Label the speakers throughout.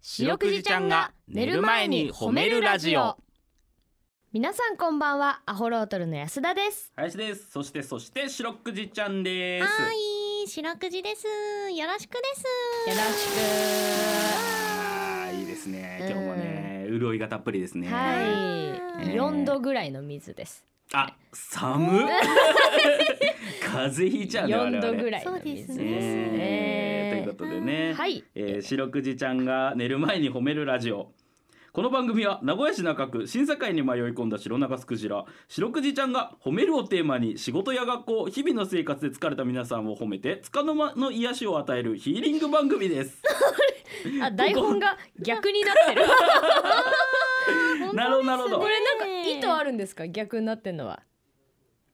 Speaker 1: 白くじちゃんが寝る前に褒めるラジオ
Speaker 2: 皆さんこんばんはアホロートルの安田です
Speaker 1: 林ですそしてそして白くじちゃんで
Speaker 3: は
Speaker 1: す
Speaker 3: ーい、白くじです。よろしくです。
Speaker 2: よろし
Speaker 1: あーいいですね今日もね潤いがたっぷりですね
Speaker 2: くは
Speaker 1: ね
Speaker 2: い4度ぐららいの水です
Speaker 1: あ寒っ 風邪ひいちゃうね
Speaker 2: 4度ぐ
Speaker 1: い
Speaker 2: らいの水
Speaker 3: そうです
Speaker 1: ねえということでね
Speaker 2: はい
Speaker 1: えー、白くじちゃんが寝る前に褒めるラジオこの番組は名古屋市中区審査会に迷い込んだ白長スクジラ白くじちゃんが褒めるをテーマに仕事や学校日々の生活で疲れた皆さんを褒めて束の間の癒しを与えるヒーリング番組です
Speaker 2: あ台本が逆になってる
Speaker 1: なるほどなるほ
Speaker 2: こ
Speaker 1: ど
Speaker 2: れなんか意図あるんですか逆になってんのは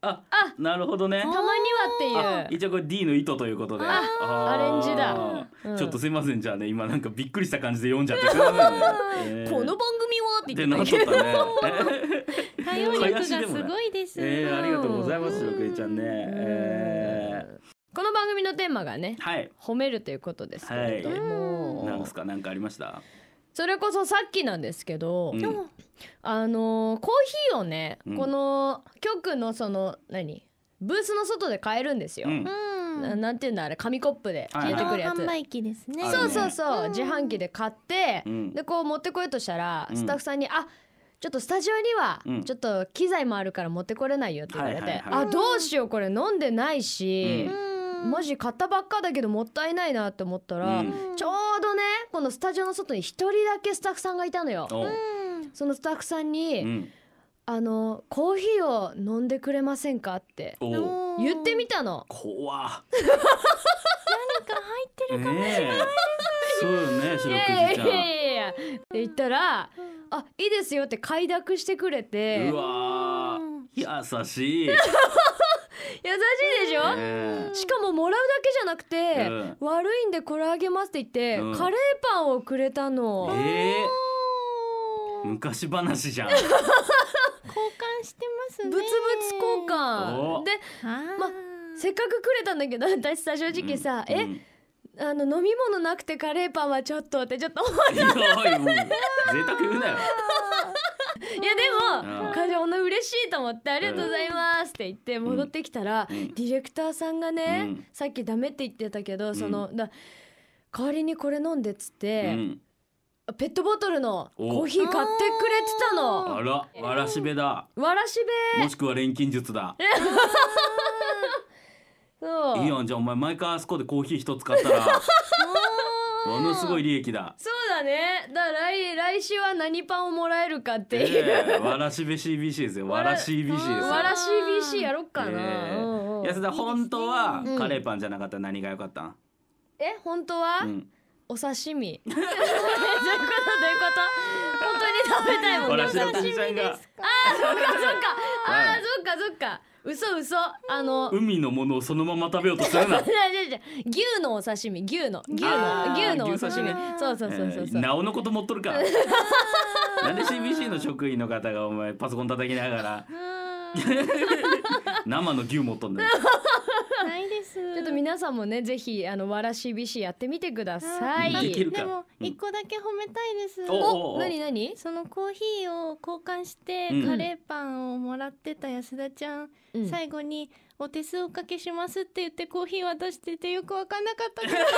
Speaker 1: あ
Speaker 2: あ
Speaker 1: なるほどね
Speaker 2: たまには
Speaker 1: あ
Speaker 2: っていう
Speaker 1: 一応これ D の意図ということであー
Speaker 2: アレンジだうん
Speaker 1: ちょっとすいませんじゃあね今なんかびっくりした感じで読んじゃってすいませんね、えー
Speaker 2: この番組はって
Speaker 1: って
Speaker 2: 言
Speaker 1: な
Speaker 2: っ
Speaker 1: ってとっ
Speaker 2: た けど
Speaker 1: たね
Speaker 3: 対応力がすごいです。
Speaker 1: えー、ありがとうございます
Speaker 3: うん
Speaker 1: 白くじちゃんね、えー
Speaker 2: この番組のテーマがね
Speaker 1: はい。
Speaker 2: 褒めるということですけれども、
Speaker 1: なんですか、なんかありました。
Speaker 2: それこそさっきなんですけど、
Speaker 1: うん
Speaker 3: 今
Speaker 2: あのーコーヒーをね、
Speaker 1: うん
Speaker 2: この局のその何ブースの外で買えるんですよ、
Speaker 1: うん
Speaker 3: 日、うん、
Speaker 2: ななんていうんだあれ紙コップで
Speaker 1: はい
Speaker 2: 入れてくるやつ、
Speaker 3: 自動販売機ですね。
Speaker 1: ある
Speaker 2: そう
Speaker 1: ね
Speaker 2: そうそう、
Speaker 3: うん
Speaker 2: 自販機で買って、
Speaker 1: うん
Speaker 2: でこう持ってこようとしたら、
Speaker 1: うん
Speaker 2: スタッフさんに「あちょっとスタジオには
Speaker 1: うん
Speaker 2: ちょっと機材もあるから持ってこれないよ」って言われて
Speaker 1: は
Speaker 2: 「
Speaker 1: いはいはい
Speaker 2: あどうしようこれ飲んでないし、
Speaker 3: うん、
Speaker 2: マジ買ったばっかだけどもったいないな」って思ったら、
Speaker 1: うん
Speaker 2: ちょうどねこのスタジオの外に一人だけスタッフさんがいたのよ。
Speaker 1: おう
Speaker 3: うん
Speaker 2: そのスタッフさんに、
Speaker 1: うん、
Speaker 2: あのコーヒーを飲んでくれませんかって
Speaker 1: おう、
Speaker 2: 言ってみたの。
Speaker 1: 怖っ。
Speaker 3: なんか入ってる。
Speaker 1: ねえ。そうよね、
Speaker 2: い
Speaker 1: 白
Speaker 2: や
Speaker 1: く
Speaker 2: い
Speaker 1: じ
Speaker 2: や
Speaker 1: ち
Speaker 2: いやいやって言ったら「あいいですよ」って快諾してくれ
Speaker 1: ゃん。
Speaker 2: て
Speaker 1: うわー、優しい。ね
Speaker 2: 優しいでしょ、
Speaker 1: え
Speaker 2: しかももらうだけじゃなくて「悪いんでこれあげます」って言って、
Speaker 1: うん
Speaker 2: カレーパンをくれたの。
Speaker 1: えー昔話じゃん。
Speaker 3: 交換してますね。
Speaker 2: ブツブツ交換
Speaker 1: お
Speaker 2: で
Speaker 3: あー。
Speaker 2: ませっかくくれたんだけど私さ正直さ「
Speaker 1: うん
Speaker 2: え、
Speaker 1: うん
Speaker 2: あの飲み物なくてカレーパンはちょっと」ってちょっと思っ
Speaker 1: おいおいもう贅沢言うなよ。
Speaker 2: いやでも、
Speaker 1: うん
Speaker 2: 彼女女嬉しいと思って「ありがとうございます」って言って戻ってきたら、
Speaker 1: うん
Speaker 2: ディレクターさんがね、
Speaker 1: うん
Speaker 2: さっきダメって言ってたけど
Speaker 1: ん
Speaker 2: その、だ代わりにこれ飲んでっつっ
Speaker 1: う
Speaker 2: て、
Speaker 1: ん、
Speaker 2: ペットボトルの
Speaker 1: お
Speaker 2: コーヒー買ってくれてたの
Speaker 1: あら、わらしべだ。
Speaker 2: わらしべ
Speaker 1: もしくは錬金術だ。
Speaker 2: そう
Speaker 1: いいやん、じゃあお前毎回あそこでコーヒー一つ買ったら、ものすごい利益だ。
Speaker 2: そうだねだから来来週は何パンをもらえるかっていう、
Speaker 1: ええわらしべ CBC ですよ。わら CBC ですよ。
Speaker 2: わらし BC やろっかな、
Speaker 1: ええ
Speaker 2: うんうん
Speaker 1: 安田本当は
Speaker 2: うん
Speaker 1: カレーパンじゃなかったら何が良かったん？
Speaker 2: え本当は、
Speaker 1: うん。
Speaker 2: お刺身 どういうことどういうこと本当に食べたいもん
Speaker 1: わ
Speaker 2: ねお
Speaker 1: らし
Speaker 2: 刺
Speaker 1: べ
Speaker 2: 身
Speaker 1: のじちゃんが
Speaker 2: そっかそっかあ
Speaker 1: は
Speaker 2: ー
Speaker 1: い
Speaker 2: そっかそっか嘘嘘あの
Speaker 1: 海のものをそのまま食べようとす るな。
Speaker 2: じゃじゃじゃ牛のお刺身牛の牛の
Speaker 1: あー
Speaker 2: 牛のお刺身
Speaker 1: 牛刺
Speaker 3: 身
Speaker 2: そうそうそうそう
Speaker 1: え
Speaker 2: そ
Speaker 1: え
Speaker 2: う
Speaker 1: なおのこと持っとる か。なんで CBC の職員の方がお前パソコン叩きなが ら 生の牛持っとん だよ。
Speaker 3: ないです。
Speaker 2: ちょっと皆さんもねぜひあのわらしびしやってみてください
Speaker 1: うんできるか
Speaker 3: でも
Speaker 1: うん
Speaker 3: 一個だけ褒めたいです。
Speaker 1: お
Speaker 2: お何何
Speaker 3: そのコーヒーを交換して
Speaker 1: うん
Speaker 3: カレーパンをもらってた安田ちゃん、
Speaker 2: うん
Speaker 3: 最後にお手数おかけしますって言ってコーヒー渡しててよくわかんなかったけど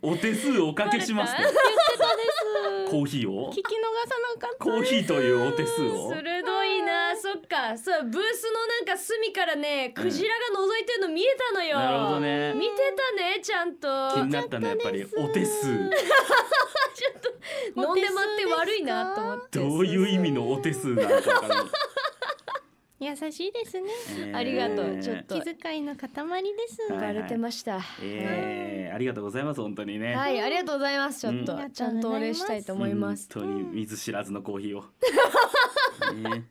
Speaker 1: お手数おかけしますと
Speaker 2: バレ
Speaker 3: 言ってたです。
Speaker 1: コーヒーを
Speaker 3: 聞き逃さなかった。
Speaker 1: コーヒーというお手数を。
Speaker 2: 鋭いなそっかそうブースのなんか隅からねクジラが覗いてるの見えたのよ
Speaker 1: なるほどね。
Speaker 2: 見てたねちゃんと
Speaker 1: 気になったのはやっぱりお手数。
Speaker 2: 飲んで待って悪いなと思って
Speaker 1: どういう意味のお手数なのかわからん。
Speaker 3: 優しいですね。
Speaker 1: えー
Speaker 2: ありがとうちょっと
Speaker 3: 気遣いの塊です。
Speaker 1: はい
Speaker 2: バレてました、
Speaker 1: えーありがとうございます本当にね。
Speaker 2: はい、ありがとうございます。ちょっと、
Speaker 3: うん
Speaker 2: ちゃんとお礼したいと思います。
Speaker 1: 本当に水知らずのコーヒーを。ね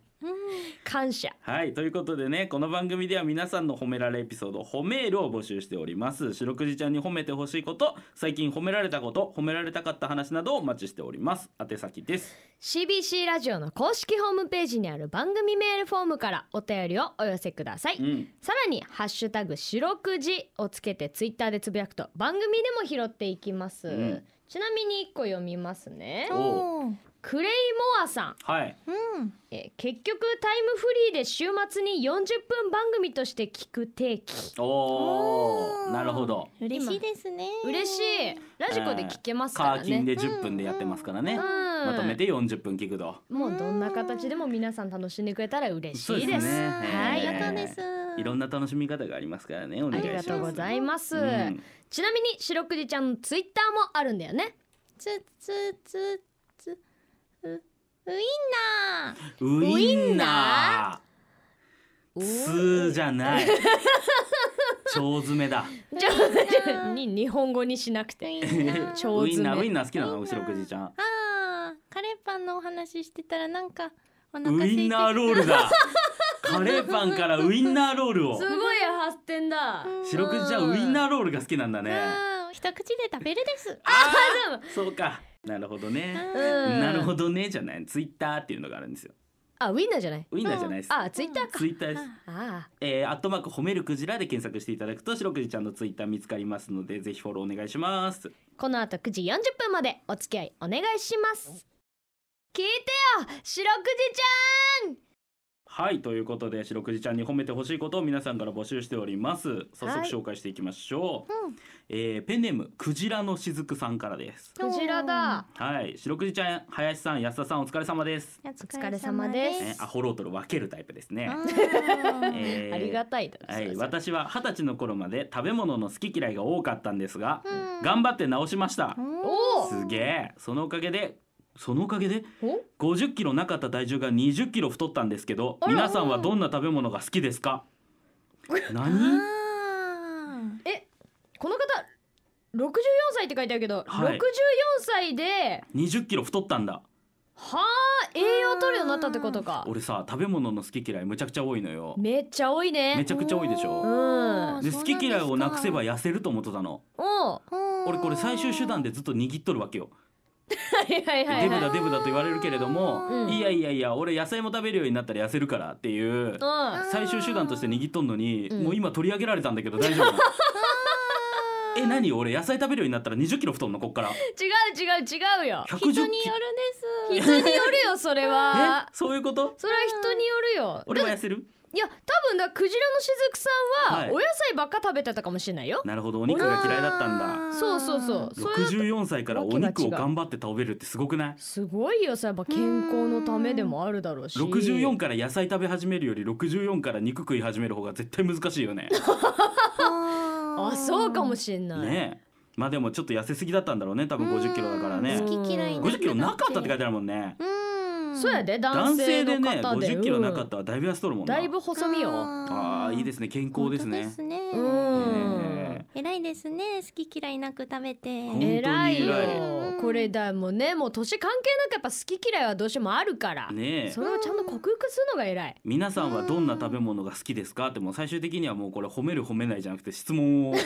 Speaker 2: 感謝
Speaker 1: はいということでねこの番組では皆さんの褒められエピソード褒めールを募集しております白くじちゃんに褒めてほしいこと最近褒められたこと褒められたかった話などをお待ちしております宛先です
Speaker 2: CBC ラジオの公式ホームページにある番組メールフォームからお便りをお寄せください、
Speaker 1: うん
Speaker 2: さらに「ハッシュタグ白くじ」をつけてツイッターでつぶやくと番組でも拾っていきます、
Speaker 1: うん
Speaker 2: ちなみに一個読みますね
Speaker 1: お
Speaker 3: おー
Speaker 2: クレイモアさん
Speaker 1: はい
Speaker 3: うん
Speaker 2: えー結局タイムフリーで週末に40分番組として聞く定期
Speaker 1: お
Speaker 3: お
Speaker 1: お
Speaker 3: ー
Speaker 1: なるほど
Speaker 3: 嬉しいですね
Speaker 2: 嬉しいラジコで聞けますか
Speaker 1: カ
Speaker 2: ら
Speaker 1: ーキン
Speaker 2: ね、
Speaker 1: で10分でやってますからね、
Speaker 2: うん、
Speaker 1: まとめて40分聞くと
Speaker 2: もうどんな形でも皆さん楽しんでくれたら嬉しい
Speaker 1: そう
Speaker 2: で
Speaker 1: ですすね
Speaker 2: は
Speaker 3: あ
Speaker 2: い
Speaker 3: り
Speaker 1: え
Speaker 3: がとうです
Speaker 1: いろんな楽しみ方がありますからねお
Speaker 2: あ
Speaker 1: 願いし
Speaker 2: り
Speaker 1: ま
Speaker 2: が
Speaker 1: す
Speaker 2: とうございます、
Speaker 1: うん
Speaker 2: ちなみに白くじちゃんのツイッターもあるんだよね
Speaker 3: つつつつうウインナー
Speaker 1: ウインナースーじゃない腸詰めだ
Speaker 2: ちょ
Speaker 3: ウインナ ー
Speaker 2: に日本語にしなくて
Speaker 3: ウ
Speaker 2: ウ
Speaker 3: イ
Speaker 2: イ
Speaker 3: ンナー
Speaker 2: 腸
Speaker 1: ウイン
Speaker 2: 詰
Speaker 1: ナーウイ
Speaker 2: め
Speaker 1: ンナー好きなの
Speaker 3: ウイン
Speaker 1: 後
Speaker 3: ナー
Speaker 1: ろくじちゃん
Speaker 3: あーカレーパンのお話ししてたらなんかお腹
Speaker 1: ウ
Speaker 3: 空いてきた
Speaker 1: インナーロール だカレーパンからウインナーロールを
Speaker 2: すごい発展だ
Speaker 1: 白くじちゃんウインナーロールが好きなんだね
Speaker 3: あー一口で食べるです
Speaker 1: あーそうかなるほどね
Speaker 2: うん
Speaker 1: なるほどねじゃないツイッターっていうのがあるんですよ
Speaker 2: あウインナーじゃない
Speaker 1: ウインナーじゃないです
Speaker 2: あツイッターか
Speaker 1: ツイッターです
Speaker 2: あ
Speaker 1: えー、アットマーク褒めるクジラで検索していただくと白くじちゃんのツイッター見つかりますのでぜひフォローお願いします
Speaker 2: ーこの後9時40分までお付き合いお願いします聞いてよ白くじちゃん
Speaker 1: はいということで白くじちゃんに褒めてほしいことを皆さんから募集しております早速紹介していきましょう、
Speaker 3: うん
Speaker 1: えーペンネームクジラのしずくさんからです
Speaker 2: クジラだ
Speaker 1: はい白くじちゃん林さん安田さんお疲れ様です、
Speaker 3: お
Speaker 2: 疲れ様です
Speaker 1: ね、アホロートル分けるタイプですね、えー
Speaker 2: ありがたいだ
Speaker 1: はい、
Speaker 2: それ
Speaker 1: 私は二十歳の頃まで食べ物の好き嫌いが多かったんですが、頑張って直しました、
Speaker 2: おー
Speaker 1: すげえそのおかげでそのおかげで
Speaker 2: お
Speaker 1: 50キロなかった体重が20キロ太ったんですけど
Speaker 2: あら
Speaker 1: 皆さんはどんな食べ物が好きですか何
Speaker 3: 何
Speaker 2: えこの方64歳って書いてあるけど、
Speaker 1: はい
Speaker 2: 64歳で
Speaker 1: 20キロ太ったんだ
Speaker 2: はあ栄養取るようになったってことか
Speaker 1: 俺さ食べ物の好き嫌いむちゃくちゃ多いのよ
Speaker 2: めっちゃ多いね
Speaker 1: めちゃくちゃ多いでしょ
Speaker 2: うん
Speaker 1: で好き嫌いをなくせば痩せると思ってたの
Speaker 2: おう
Speaker 1: 俺これ最終手段
Speaker 3: で
Speaker 1: でずっと握っとるわけよ
Speaker 2: はいはいは
Speaker 1: デ
Speaker 2: い
Speaker 1: ブ
Speaker 2: は
Speaker 1: だ
Speaker 2: い
Speaker 1: デブだと言われるけれども、
Speaker 2: うん
Speaker 1: いやいやいや俺野菜も食べるようになったら痩せるからっていう
Speaker 2: うん
Speaker 1: 最終手段として握っとんのに、
Speaker 2: うん
Speaker 1: もう今取り上げられたんだけど大 丈夫え何俺野菜食べるようになったら20キロ太んのこっから
Speaker 2: 違う違う違うよ
Speaker 1: 110
Speaker 3: 人
Speaker 1: キロ
Speaker 3: によるで
Speaker 2: 人
Speaker 3: す
Speaker 2: によるよそれは
Speaker 1: えそういうこと
Speaker 2: それは人によるよ
Speaker 1: 俺も
Speaker 2: だ
Speaker 1: 痩せる
Speaker 2: いや多分だクジラのしずくさんは
Speaker 1: はい
Speaker 2: お野菜ばっか食べてたかもしれないよ
Speaker 1: なるほどお肉が嫌いだったんだ
Speaker 2: そうそうそうそれ
Speaker 1: 64歳からお肉を頑張って食べるってすごくない
Speaker 2: すごいよそれやっぱ健康のためでもあるだろうし
Speaker 1: 64から野菜食べ始めるより64から肉食い始める方が絶対難しいよね
Speaker 2: あ
Speaker 3: あ
Speaker 2: そうかも
Speaker 3: し
Speaker 2: しれない
Speaker 1: ねえまあでもちょっと痩せすぎだったんだろうね多分50キロだからね
Speaker 3: 好き嫌い
Speaker 1: 50キロなかったって書い
Speaker 3: て
Speaker 1: てあるもんね
Speaker 3: うん
Speaker 2: そうやで男
Speaker 1: 男性
Speaker 2: 性
Speaker 1: で
Speaker 2: の
Speaker 1: ね
Speaker 2: 方で
Speaker 1: 50キロなかっ
Speaker 2: うん
Speaker 1: たらだいぶ痩せとるもんな
Speaker 2: だいぶ細身よ
Speaker 1: あーいいですすね健康ですね
Speaker 3: ですね
Speaker 2: うん
Speaker 1: ね
Speaker 3: 偉いですね好き嫌いなく食べて
Speaker 1: 本当に
Speaker 2: 偉い
Speaker 1: 偉い
Speaker 2: よこれだもうねもう年関係なくやっぱ好き嫌いはどうしてもあるから
Speaker 1: えねえ
Speaker 2: それをちゃんと克服するのが偉い
Speaker 1: 皆さんはどんな食べ物が好きですかってもう最終的にはもうこれ褒める褒めないじゃなくて質問を送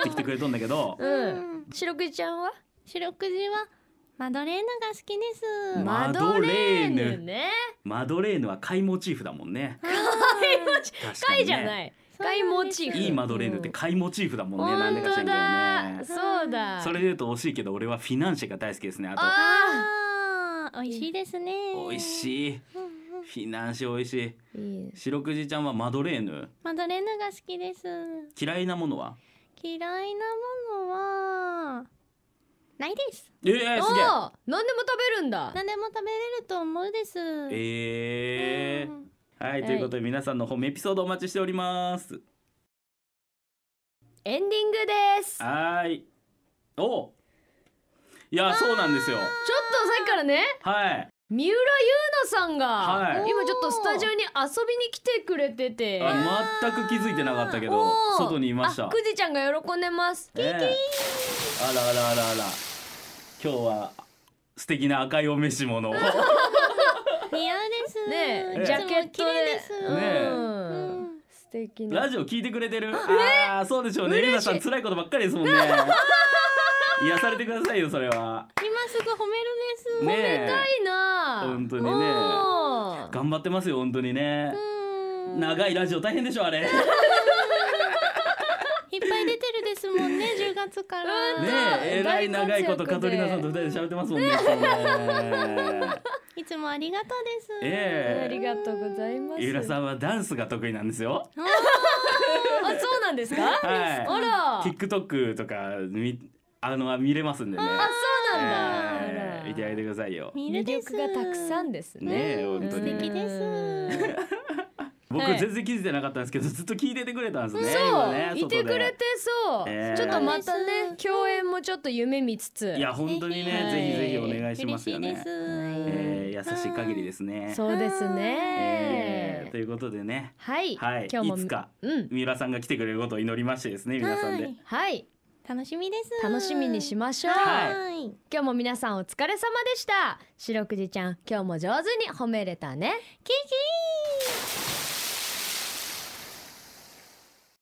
Speaker 1: ってきてくれたんだけ ど
Speaker 2: うん白くじちゃんは
Speaker 3: 白くじはマドレーヌが好きです
Speaker 1: マ
Speaker 2: マド
Speaker 1: ド
Speaker 2: レ
Speaker 1: レ
Speaker 2: ー
Speaker 1: ーヌ
Speaker 2: ヌね
Speaker 1: マドレーヌは貝モチーフだもんね確かにね
Speaker 2: 貝じゃない貝モチーフ
Speaker 1: いいマドレーヌって貝モチーフだもんねなん
Speaker 2: 本
Speaker 1: でか知ら
Speaker 2: 当
Speaker 1: んけど
Speaker 2: だ
Speaker 1: ね
Speaker 2: そうだ
Speaker 1: それで言うと惜しいけど俺はフィナンシェが大好きですねあ
Speaker 2: あ
Speaker 3: あー美味しいですね
Speaker 1: と美味
Speaker 3: い
Speaker 1: しいフィナンシェ美味しい
Speaker 2: ーいい
Speaker 1: 白くじちゃんはマドレーヌ
Speaker 3: マドレーヌが好きです
Speaker 1: 嫌いなものは
Speaker 3: 嫌いなものはないです
Speaker 1: ええすげえ
Speaker 2: あー何でも食べるんだ
Speaker 3: 何でも食べれると思うです
Speaker 1: ええ
Speaker 3: うん
Speaker 1: はいということで皆さんの褒めエピソードお待ちしております
Speaker 2: エンディングですちょっ
Speaker 1: はーい。お。いや、そうなんですよ。
Speaker 2: とさっきからね
Speaker 1: はい。
Speaker 2: 三浦優奈さんが、
Speaker 1: はい
Speaker 2: 今ちょっとスタジオに遊びに来てくれてて
Speaker 1: あ全く気づいてなかったけど
Speaker 2: おー、
Speaker 1: 外にいました
Speaker 2: あ。くじちゃんが喜んでます
Speaker 1: ええあらあらあらあら。今日は。素敵な赤いお召し物を。
Speaker 3: 似合うです
Speaker 2: ね
Speaker 1: え
Speaker 2: ジャケット
Speaker 3: いつも綺麗です
Speaker 2: で、
Speaker 1: ねえ
Speaker 2: うん素敵 な
Speaker 1: ラジオ聞いてくれてるああそうでしょうね
Speaker 2: 嬉しい
Speaker 1: ルナさん辛いことばっかりですも んね癒されてくださいよそれは
Speaker 3: 今すぐ褒めるです。
Speaker 1: ねえ
Speaker 2: いいな
Speaker 1: 本当にね
Speaker 2: おー
Speaker 1: 頑張ってますよ本当にね
Speaker 3: うん
Speaker 1: 長いラジオ大変でしょあれね
Speaker 3: いっぱい出てるですもんね、10月から。
Speaker 1: ええらい長いことカトリナさんと二人で喋ってますもん ねいつもね
Speaker 3: いつもありがとうです。
Speaker 1: ええ
Speaker 2: ありがとうございます
Speaker 1: 井浦さんはダンスが得意なんですよ
Speaker 2: あそうなんですか、
Speaker 1: は
Speaker 2: あら
Speaker 1: い TikTok とかみあの見れますんでね
Speaker 2: あそうなんだ、
Speaker 1: え
Speaker 2: あ
Speaker 1: ー
Speaker 2: ら
Speaker 1: 見てあげてくださいよ
Speaker 3: 見る
Speaker 2: 魅
Speaker 3: です
Speaker 2: 力がたくさんですね
Speaker 1: ねえ本当に
Speaker 2: うん
Speaker 3: 素敵です。
Speaker 1: 僕
Speaker 2: はい
Speaker 1: 全然気づいてなかったんですけどずっと聞いててくれたんですね
Speaker 2: そう、
Speaker 1: 今ね
Speaker 2: いてくれてそう、
Speaker 1: ええ
Speaker 2: ちょっとまたね
Speaker 3: そう
Speaker 2: 共演もちょっと夢見つつ
Speaker 1: いや本当にね、
Speaker 2: はい
Speaker 1: ぜひぜひお願いしますよね。
Speaker 3: 嬉しいです
Speaker 1: えー優しい限りですね。
Speaker 2: そうです
Speaker 1: え
Speaker 2: ね
Speaker 1: ーということでね、
Speaker 2: はい、
Speaker 1: はい、
Speaker 2: 今日も
Speaker 1: いつか
Speaker 2: うん
Speaker 1: 三浦さんが来てくれることを祈りましてですね、皆さんで。は
Speaker 3: は
Speaker 1: いい、
Speaker 2: はい
Speaker 3: 楽しみです。
Speaker 2: 楽しみにしましょう、
Speaker 1: はい
Speaker 3: はい。
Speaker 2: 今日も皆さんお疲れ様でした白くじちゃん今日も上手に褒めれたね
Speaker 3: キキ